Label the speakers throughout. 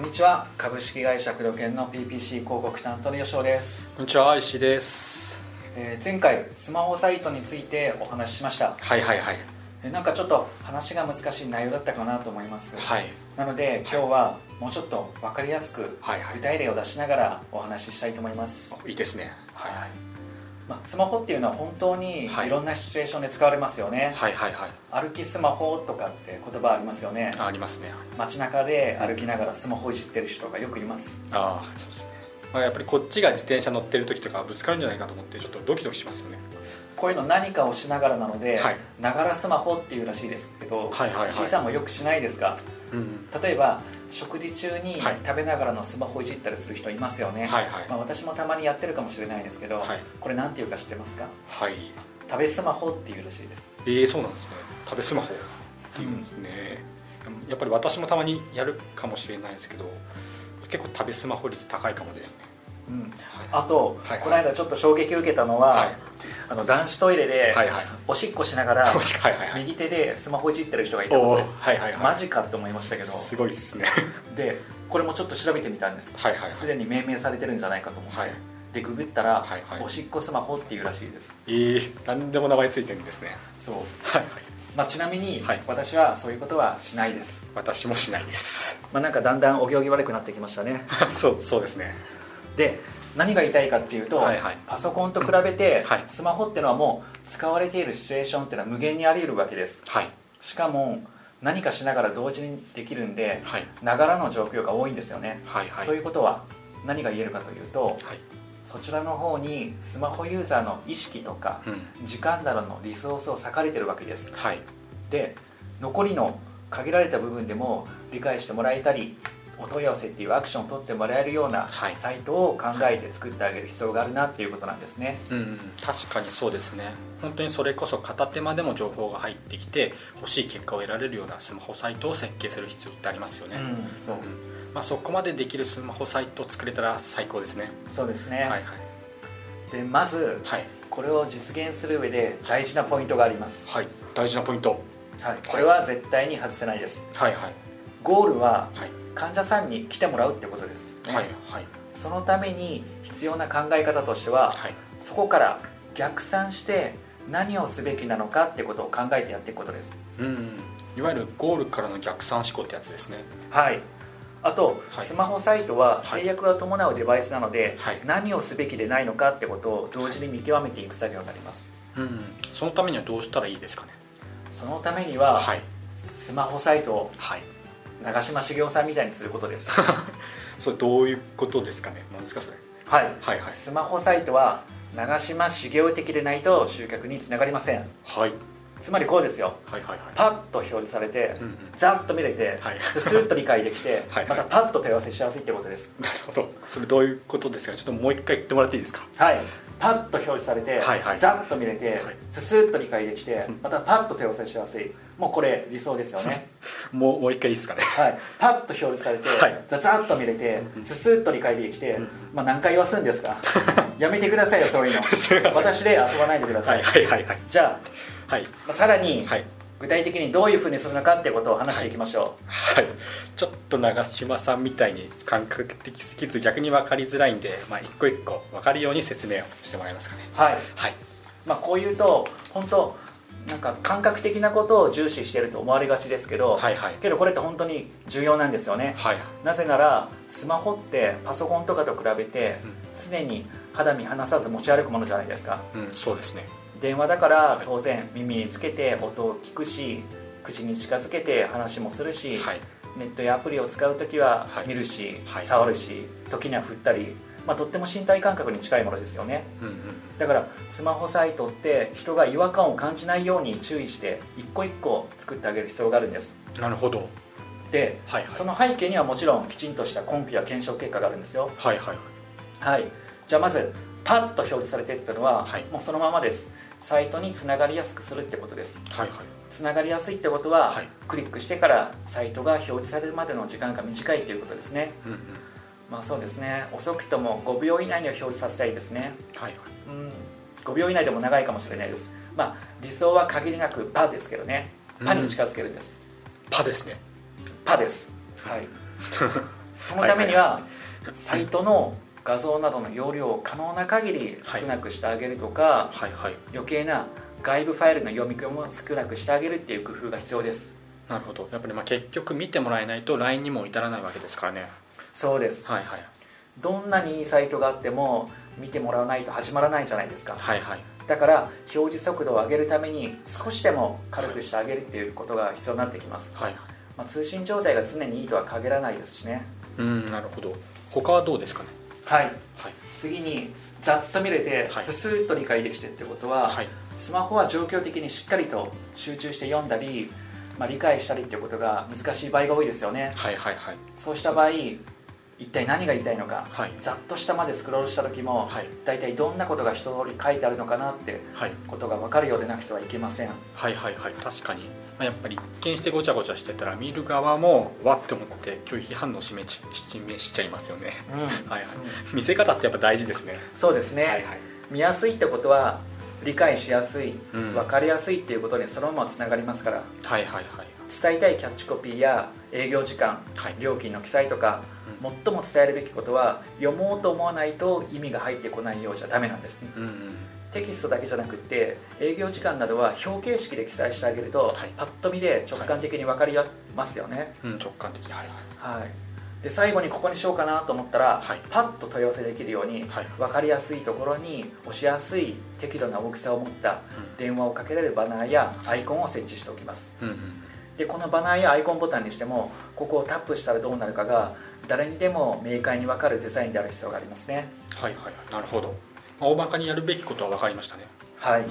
Speaker 1: にちは株式会社黒研の PPC 広告担当の吉尾です、
Speaker 2: こんにちは石井です
Speaker 1: えー前回スマホサイトについてお話ししました
Speaker 2: はいはいはい
Speaker 1: えなんかちょっと話が難しい内容だったかなと思います、
Speaker 2: はい
Speaker 1: なので今日はもうちょっと分かりやすく
Speaker 2: はいはい
Speaker 1: 具体例を出しながらお話ししたいと思います、
Speaker 2: いいですねはい
Speaker 1: はいまあ、スマホっていうのは本当にい
Speaker 2: はい
Speaker 1: ろんなシチュエーションで使われますよね、
Speaker 2: はいはいはい
Speaker 1: 歩きスマホとかって言葉ありますよね
Speaker 2: あありますね
Speaker 1: 街中で歩きながらスマホいじってる人がよくいます
Speaker 2: ああそうですねまあやっぱりこっちが自転車乗ってる時とかぶつかるんじゃないかと思ってちょっとドキドキしますよね
Speaker 1: こういうの何かをしながらなので
Speaker 2: はい
Speaker 1: ながらスマホっていうらしいですけど、
Speaker 2: はいはいはい
Speaker 1: C さんもよくしないですか
Speaker 2: うん
Speaker 1: 例えば食事中に
Speaker 2: はい
Speaker 1: 食べながらのスマホいじったりする人いますよね、
Speaker 2: はいはい
Speaker 1: まあ、私もたまにやってるかもしれないですけど、
Speaker 2: はい
Speaker 1: これなんていうか知ってますか
Speaker 2: はい
Speaker 1: 食べスマホっていうらしいです
Speaker 2: えー、そうなんですね食べスマホっていうんですね、やっぱり私もたまにやるかもしれないですけど結構食べスマホ率高いかもですね
Speaker 1: うん
Speaker 2: は
Speaker 1: あと、
Speaker 2: はいはい
Speaker 1: この間ちょっと衝撃を受けたのは、
Speaker 2: はい
Speaker 1: あの男子トイレ
Speaker 2: い
Speaker 1: で
Speaker 2: はいはい
Speaker 1: おしっこしながら
Speaker 2: もしはいはいはい
Speaker 1: 右手でスマホいじってる人がいたこ
Speaker 2: お
Speaker 1: と
Speaker 2: ー
Speaker 1: です
Speaker 2: はいはいはい
Speaker 1: マジかって思いましたけど
Speaker 2: すごいっすね
Speaker 1: でこれもちょっと調べてみたんです
Speaker 2: はいはいはい
Speaker 1: すでに命名されてるんじゃないかと思って、
Speaker 2: はい
Speaker 1: でググったら、
Speaker 2: はいはい
Speaker 1: おしっこスマホっていうらしいです
Speaker 2: えー、何でも名前ついてるんですね
Speaker 1: そう、
Speaker 2: はい
Speaker 1: まあ、ちなみに、
Speaker 2: はい
Speaker 1: 私はそういうことはしないです、
Speaker 2: 私もしないです
Speaker 1: まあ、なんかだんだんお行儀悪くなってきましたね
Speaker 2: そうそうですね
Speaker 1: で何が言いたいかっていうと、
Speaker 2: はいはい
Speaker 1: パソコンと比べて、
Speaker 2: はい
Speaker 1: スマホってのはもう使われているシチュエーションっていうのは無限にあり得るわけです
Speaker 2: はい
Speaker 1: しかも何かしながら同時にできるんで
Speaker 2: はい
Speaker 1: ながらの状況が多いんですよね、
Speaker 2: はいはい
Speaker 1: ということは何が言えるかというと
Speaker 2: はい
Speaker 1: そちらの方にスマホユーザーの意識とか
Speaker 2: うん
Speaker 1: 時間などのリソースを割かれてるわけです
Speaker 2: はい
Speaker 1: で残りの限られた部分でも理解してもらえたりお問い合わせっていうアクションを取ってもらえるような
Speaker 2: はい
Speaker 1: サイトを考えて作ってあげる必要があるなっていうことなんですね、
Speaker 2: うん確かにそうですね本当にそれこそ片手間でも情報が入ってきて欲しい結果を得られるようなスマホサイトを設計する必要ってありますよね、
Speaker 1: うんそう
Speaker 2: まあ、そこまでできるスマホサイトを作れたら最高ですね
Speaker 1: そうですね、
Speaker 2: はいはい
Speaker 1: でまず
Speaker 2: はい、
Speaker 1: これを実現する上で大事なポイントがあります、
Speaker 2: はい、大事なポイント
Speaker 1: はい、これは絶対に外せないです
Speaker 2: はいはい
Speaker 1: ゴールは
Speaker 2: はい
Speaker 1: 患者さんに来てもらうってことです、
Speaker 2: はいはい
Speaker 1: そのために必要な考え方としては
Speaker 2: はい
Speaker 1: そこから逆算して何をすべきなのかってことを考えてやっていくことです
Speaker 2: うんいわゆるゴールからの逆算思考ってやつですね
Speaker 1: はいあと、
Speaker 2: はい
Speaker 1: スマホサイトは
Speaker 2: はい
Speaker 1: 制約が伴うデバイスなので、
Speaker 2: はい
Speaker 1: 何をすべきでないのかってことを同時に見極めていく作業になります
Speaker 2: うんそのためにはどうしたらいいですかね
Speaker 1: そのためには、
Speaker 2: はい
Speaker 1: スマホサイトを
Speaker 2: はい
Speaker 1: 長嶋茂雄さんみたいにすることです
Speaker 2: それどういうことですかね何ですかそれ
Speaker 1: はい
Speaker 2: はいはい
Speaker 1: スマホサイトは長嶋茂雄的でないと集客につながりません
Speaker 2: はい
Speaker 1: つまりこうですよ
Speaker 2: はいはいはい
Speaker 1: パッと表示されて、
Speaker 2: うんうん
Speaker 1: ざっと見れて、
Speaker 2: はい
Speaker 1: ススッと理解できて
Speaker 2: はいは
Speaker 1: ま
Speaker 2: い
Speaker 1: たパッと問い合わせしやすいってことです
Speaker 2: なるほどそれどういうことですかねちょっともう一回言ってもらっていいですか
Speaker 1: はいパッと表示されて、
Speaker 2: はいはい
Speaker 1: ざっと見れて、
Speaker 2: はい
Speaker 1: ススッと理解できて
Speaker 2: うん
Speaker 1: またパッと問い合わせしやすいもうこれ理想ですよね
Speaker 2: もうもう一回いいですかね
Speaker 1: はいパッと表示されて、
Speaker 2: はい
Speaker 1: ざざっと見れて、ススッと理解できて、
Speaker 2: ん
Speaker 1: まあ、何回言わすんです かやめてくださいよそういうの
Speaker 2: すいません
Speaker 1: 私で遊ばないでくださ、
Speaker 2: はいいはいはいはい
Speaker 1: じゃあ、
Speaker 2: はい
Speaker 1: まあさらに、
Speaker 2: はい
Speaker 1: 具体的にどういうふうにするのかってことを話していきましょう、
Speaker 2: はいちょっと長嶋さんみたいに感覚的すぎると逆に分かりづらいんで、まあ、一個一個分かるように説明をしてもらえますかね
Speaker 1: はい
Speaker 2: はい
Speaker 1: まあ、こういうと本当なんか感覚的なことを重視してると思われがちですけど、
Speaker 2: はいはい
Speaker 1: けどこれって本当に重要なんですよね、
Speaker 2: はい
Speaker 1: なぜならスマホってパソコンとかと比べて
Speaker 2: うん
Speaker 1: 常に肌身離さず持ち歩くものじゃないですか
Speaker 2: うんそうですね
Speaker 1: 電話だから
Speaker 2: い
Speaker 1: 当然耳につけて音を聞くし口に近づけて話もするし、
Speaker 2: はい
Speaker 1: ネットやアプリを使う時は
Speaker 2: はい
Speaker 1: 見るし、
Speaker 2: はい
Speaker 1: 触るし時には振ったり、まあ、とっても身体感覚に近いものですよね
Speaker 2: うんうん
Speaker 1: だからスマホサイトって人が違和感を感じないように注意して一個一個作ってあげる必要があるんです
Speaker 2: うんなるほど
Speaker 1: で、
Speaker 2: はいはい
Speaker 1: その背景にはもちろんきちんとした根拠や検証結果があるんですよ
Speaker 2: はいはい
Speaker 1: はいじゃあまずパッと表示されてったのは、
Speaker 2: はい
Speaker 1: もうそのままですサイトにつながりやすくするってことです
Speaker 2: はいはい
Speaker 1: つながりやすいってことは、
Speaker 2: はい
Speaker 1: クリックしてからサイトが表示されるまでの時間が短いということですね
Speaker 2: うんうん
Speaker 1: まあそうですね遅くとも5秒以内には表示させたいですね
Speaker 2: はいはい
Speaker 1: うん、5秒以内でも長いかもしれないです、まあ、理想は限りなくパですけど ねパに近づけるんです、
Speaker 2: パですね
Speaker 1: パですはいそのためにはサイトの画像などの容量を可能な限り少なくしてあげるとか、
Speaker 2: はいはい
Speaker 1: 余計な外部ファイルの読み込みも少なくしてあげるっていう工夫が必要です
Speaker 2: なるほどやっぱりまあ結局見てもらえないと LINE にも至らないわけですからね
Speaker 1: そうです
Speaker 2: はいはい
Speaker 1: どんなにいいサイトがあっても見てもらわないと始まらないじゃないですか
Speaker 2: はいはい
Speaker 1: だから表示速度を上げるために少しでも軽くしてあげるっていうことが必要になってきます、
Speaker 2: はい
Speaker 1: まあ、通信状態が常にいいとは限らないですしね
Speaker 2: うんなるほど他はどうですかね
Speaker 1: はい
Speaker 2: はい
Speaker 1: 次にざっと見れて
Speaker 2: はい
Speaker 1: ススッと理解できてってことは、
Speaker 2: はい
Speaker 1: スマホは状況的にしっかりと集中して読んだり、まあ、理解したりっていうことが難しい場合が多いですよね
Speaker 2: はいはいはい
Speaker 1: そうした場合一体何が言いたいのか、
Speaker 2: はい
Speaker 1: ざっと下までスクロールした時も、
Speaker 2: はい
Speaker 1: 大体どんなことが一通り書いてあるのかなって
Speaker 2: はい
Speaker 1: ことが分かるようでなくてはいけません
Speaker 2: はいはいはい確かに、まあ、やっぱり一見してごちゃごちゃしてたら見る側もわって思って拒否反応を示し示しちゃいますよねはいはい見せ方ってやっぱ大事ですね
Speaker 1: そうですね、
Speaker 2: はいはい
Speaker 1: 見やすいってことは理解しやすい、
Speaker 2: うん
Speaker 1: 分かりやすいっていうことにそのままつながりますから
Speaker 2: はいはいはい
Speaker 1: 伝えたいキャッチコピーや営業時間、
Speaker 2: はい
Speaker 1: 料金の記載とか、
Speaker 2: うん
Speaker 1: 最も伝えるべきことは読もうと思わないと意味が入ってこないようじゃダメなんですね
Speaker 2: うんうん
Speaker 1: テキストだけじゃなくって営業時間などは表形式で記載してあげると、
Speaker 2: はい
Speaker 1: パッと見で直感的に分かりますよね、
Speaker 2: うん直感的はいはい
Speaker 1: はい、で最後にここにしようかなと思ったら、
Speaker 2: はい
Speaker 1: パッと問い合わせできるように、
Speaker 2: はい
Speaker 1: 分かりやすいところに押しやすい適度な大きさを持った
Speaker 2: うん
Speaker 1: 電話をかけられるバナーやアイコンを設置しておきます
Speaker 2: うんうん
Speaker 1: でこのバナーやアイコンボタンにしてもここをタップしたらどうなるかが誰にでも明快に分かるデザインである必要がありますね
Speaker 2: はいはいはいなるほど、まあ、大まかにやるべきことは分かりましたね
Speaker 1: はい
Speaker 2: はい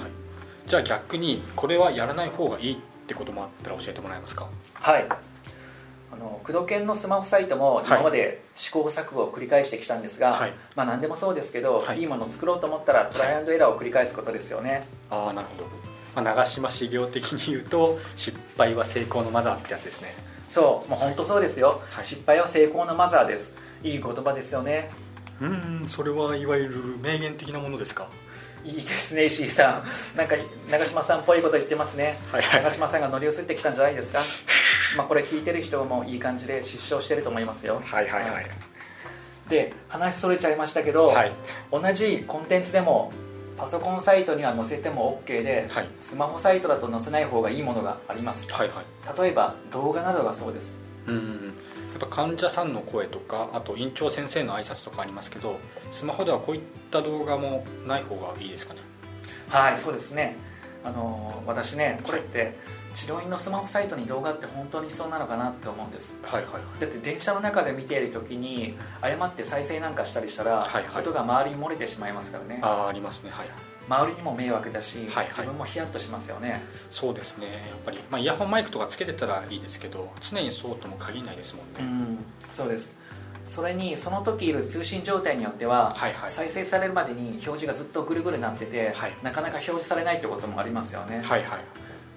Speaker 2: じゃあ逆にこれはやらない方がいいってこともあったら教えてもらえますか
Speaker 1: はいあの工藤研のスマホサイトも今まで試行錯誤を繰り返してきたんですが、
Speaker 2: はい
Speaker 1: まあ、何でもそうですけど、
Speaker 2: はい
Speaker 1: い、いものを作ろうと思ったらトライアンドエラーを繰り返すことですよね、
Speaker 2: ああなるほど、まあ、長嶋茂雄的に言うと失敗は成功のマザーってやつですね
Speaker 1: そうもう本当そうですよ、
Speaker 2: はい
Speaker 1: 失敗は成功のマザーですいい言葉ですよね
Speaker 2: うーんそれはいわゆる名言的なものですか
Speaker 1: いいですね石井さんなんか長嶋さんっぽいこと言ってますね、
Speaker 2: はいはい
Speaker 1: 長嶋さんが乗り移ってきたんじゃないですか まあこれ聞いてる人もいい感じで失笑してると思いますよ
Speaker 2: はいはいはい
Speaker 1: で話それちゃいましたけど、
Speaker 2: はい
Speaker 1: 同じコンテンツでもパソコンサイトには載せても OK で、
Speaker 2: はい
Speaker 1: スマホサイトだと載せない方がいいものがあります
Speaker 2: はいはい
Speaker 1: 例えば動画などがそうです
Speaker 2: うんうんうんやっぱ患者さんの声とかあと院長先生の挨拶とかありますけどスマホではこういった動画もない方がいいですかね
Speaker 1: はいそうですねあのー私ねこれって治療院のスマホサイトに動画って本当に必要なのかなって思うんです
Speaker 2: はいはいはい
Speaker 1: だって電車の中で見ている時に誤って再生なんかしたりしたら、
Speaker 2: はいはい
Speaker 1: 音が周りに漏れてしまいますからね
Speaker 2: ああありますねはい
Speaker 1: 周りにも迷惑だし、
Speaker 2: はいはい
Speaker 1: 自分もヒヤッとしますよね
Speaker 2: そうですねやっぱり、まあ、イヤホンマイクとかつけてたらいいですけど常にそうとも限らないですもんね、
Speaker 1: うんそうですそれにその時いる通信状態によっては、
Speaker 2: はいはい
Speaker 1: 再生されるまでに表示がずっとぐるぐるなってて、
Speaker 2: はい
Speaker 1: なかなか表示されないってこともありますよね、
Speaker 2: はいはい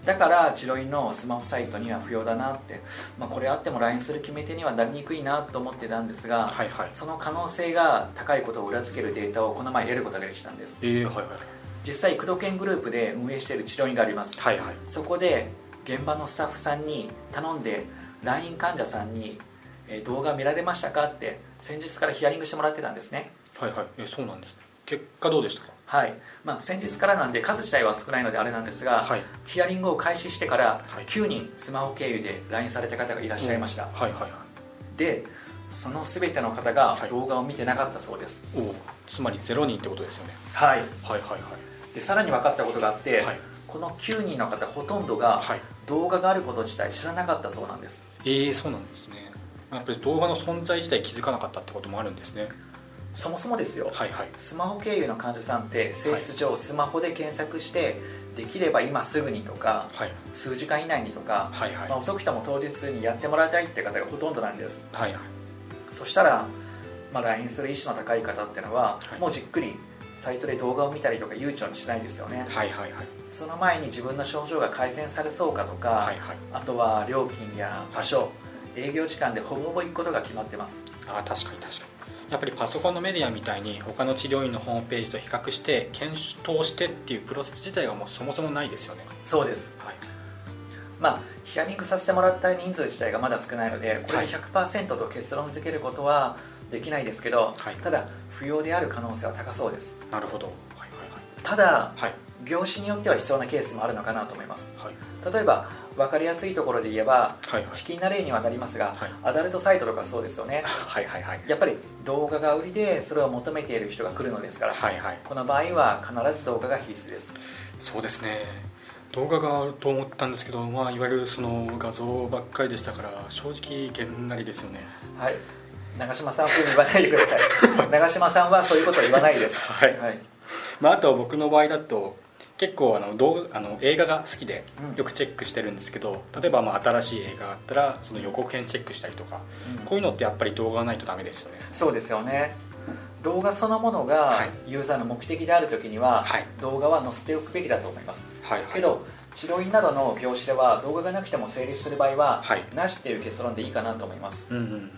Speaker 1: だから治療院のスマホサイトには不要だなって、まあ、これあっても LINE する決め手にはなりにくいなと思ってたんですが、
Speaker 2: はいはい
Speaker 1: その可能性が高いことを裏付けるデータをこの前得ることができたんです
Speaker 2: えー、はいはい
Speaker 1: 実際工藤研グループで運営している治療院があります
Speaker 2: はいはい
Speaker 1: そこで現場のスタッフさんに頼んで LINE 患者さんにえー動画見られましたかって先日からヒアリングしてもらってたんですね
Speaker 2: はいはいえーそうなんですね結果どうでしたか
Speaker 1: はい、まあ、先日からなんで数自体は少ないのであれなんですが、
Speaker 2: はい
Speaker 1: ヒアリングを開始してから
Speaker 2: はい
Speaker 1: 9人スマホ経由で LINE された方がいらっしゃいました、
Speaker 2: はいはいはい
Speaker 1: でその全ての方が
Speaker 2: はい
Speaker 1: 動画を見てなかったそうです
Speaker 2: おおつまり0人ってことですよね
Speaker 1: はい
Speaker 2: はいはいはい
Speaker 1: でさらに分かったことがあって、
Speaker 2: はい
Speaker 1: この9人の方ほとんどが
Speaker 2: はい
Speaker 1: 動画があること自体知らなかったそうなんです
Speaker 2: えー、そうなんですねまあやっぱり動画の存在自体気づかなかったってこともあるんですね
Speaker 1: そもそもですよ、
Speaker 2: はいはい
Speaker 1: スマホ経由の患者さんって性質上スマホで検索してできれば今すぐにとか
Speaker 2: はい
Speaker 1: 数時間以内にとか、
Speaker 2: はいはい
Speaker 1: まあ、遅くとも当日にやってもらいたいって方がほとんどなんです
Speaker 2: はいはい
Speaker 1: そしたら、まあ、LINE する意思の高い方ってのは、
Speaker 2: はい
Speaker 1: もうじっくりサイトで動画を見たりとか悠長にしないんですよね
Speaker 2: はいはいはい
Speaker 1: その前に自分の症状が改善されそうかとか、
Speaker 2: はいはい
Speaker 1: あとは料金や場所営業時間でほぼほぼ行くことが決まってます
Speaker 2: あー確かに確かにやっぱりパソコンのメディアみたいに他の治療院のホームページと比較して検討してっていうプロセス自体がもうそもそもないですよね
Speaker 1: そうです
Speaker 2: はい
Speaker 1: ままあ、ヒアリングさせてもらった人数自体がまだ少ないのでこれで100%と結論付けることはできないですけど、
Speaker 2: はい
Speaker 1: ただ不要である可能性は高そうです
Speaker 2: なるほどはいは
Speaker 1: ただ
Speaker 2: いはい
Speaker 1: 業種によっては必要なケースもあるのかなと思います
Speaker 2: はい
Speaker 1: 例えば分かりやすいところで言えば
Speaker 2: はいはい
Speaker 1: チキンな例にはなりますが、
Speaker 2: はい
Speaker 1: アダルトサイトとかそうですよね
Speaker 2: はいはいはい
Speaker 1: やっぱり動画が売りでそれを求めている人が来るのですから、
Speaker 2: はいはい
Speaker 1: この場合は必ず動画が必須です
Speaker 2: そうですね動画があると思ったんですけど、まあ、いわゆるその画像ばっかりでしたから正直げんなりですよね
Speaker 1: はい長嶋さん風に言わないでください長嶋さんはそういうことは言わないです
Speaker 2: はいまあ、あとは僕の場合だと結構あの動画あの映画が好きで
Speaker 1: うん
Speaker 2: よくチェックしてるんですけど、例えばまあ新しい映画があったらその予告編チェックしたりとか、
Speaker 1: うん
Speaker 2: こういうのってやっぱり動画がないとダメですよね
Speaker 1: そうですよね動画そのもの
Speaker 2: は
Speaker 1: が
Speaker 2: い
Speaker 1: ユーザーの目的であるときには、
Speaker 2: はい
Speaker 1: 動画は載せておくべきだと思います
Speaker 2: はい
Speaker 1: けど治療院などの業種では動画がなくても成立する場合は、
Speaker 2: はい
Speaker 1: なしっていう結論でいいかなと思います
Speaker 2: うんうん、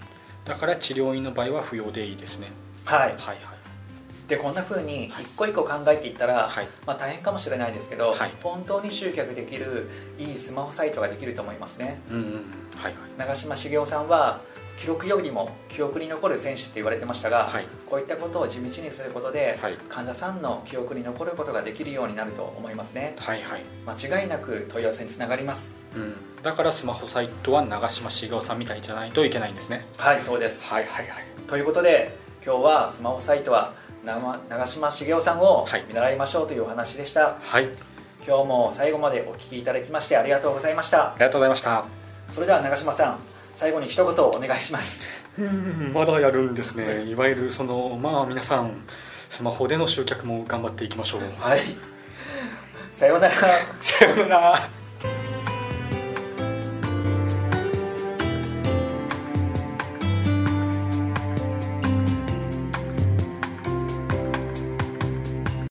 Speaker 2: だから治療院の場合は不要でいいですね
Speaker 1: はい
Speaker 2: はいはい
Speaker 1: でこんな風に
Speaker 2: はい
Speaker 1: 一個一個考えていったら、
Speaker 2: はい
Speaker 1: まあ、大変かもしれないですけど、
Speaker 2: はい
Speaker 1: 本当に集客できるいいスマホサイトができると思いますね
Speaker 2: うんうんはいはい
Speaker 1: 長嶋茂雄さんは記録よりも記憶に残る選手って言われてましたが、
Speaker 2: はい
Speaker 1: こういったことを地道にすることで、
Speaker 2: はい
Speaker 1: 患者さんの記憶に残ることができるようになると思いますね
Speaker 2: はいはい、
Speaker 1: 間違いなく問い合わせにつながります
Speaker 2: うん、だからスマホサイトは長嶋茂雄さんみたいじゃないといけないんですね
Speaker 1: はいそうです
Speaker 2: はいはいはい
Speaker 1: ということで今日はスマホサイトは長長嶋茂雄さんを
Speaker 2: はい
Speaker 1: 見習いましょうというお話でした、
Speaker 2: はいあり
Speaker 1: 今日も最後までお聞きいただきましてありがとうございました
Speaker 2: がとうございました
Speaker 1: それでは長嶋さん最後に一言お願いします
Speaker 2: うんまだやるんですねいわゆるそのまあ皆さんスマホでの集客も頑張っていきましょう
Speaker 1: はいさようなら
Speaker 2: さようなら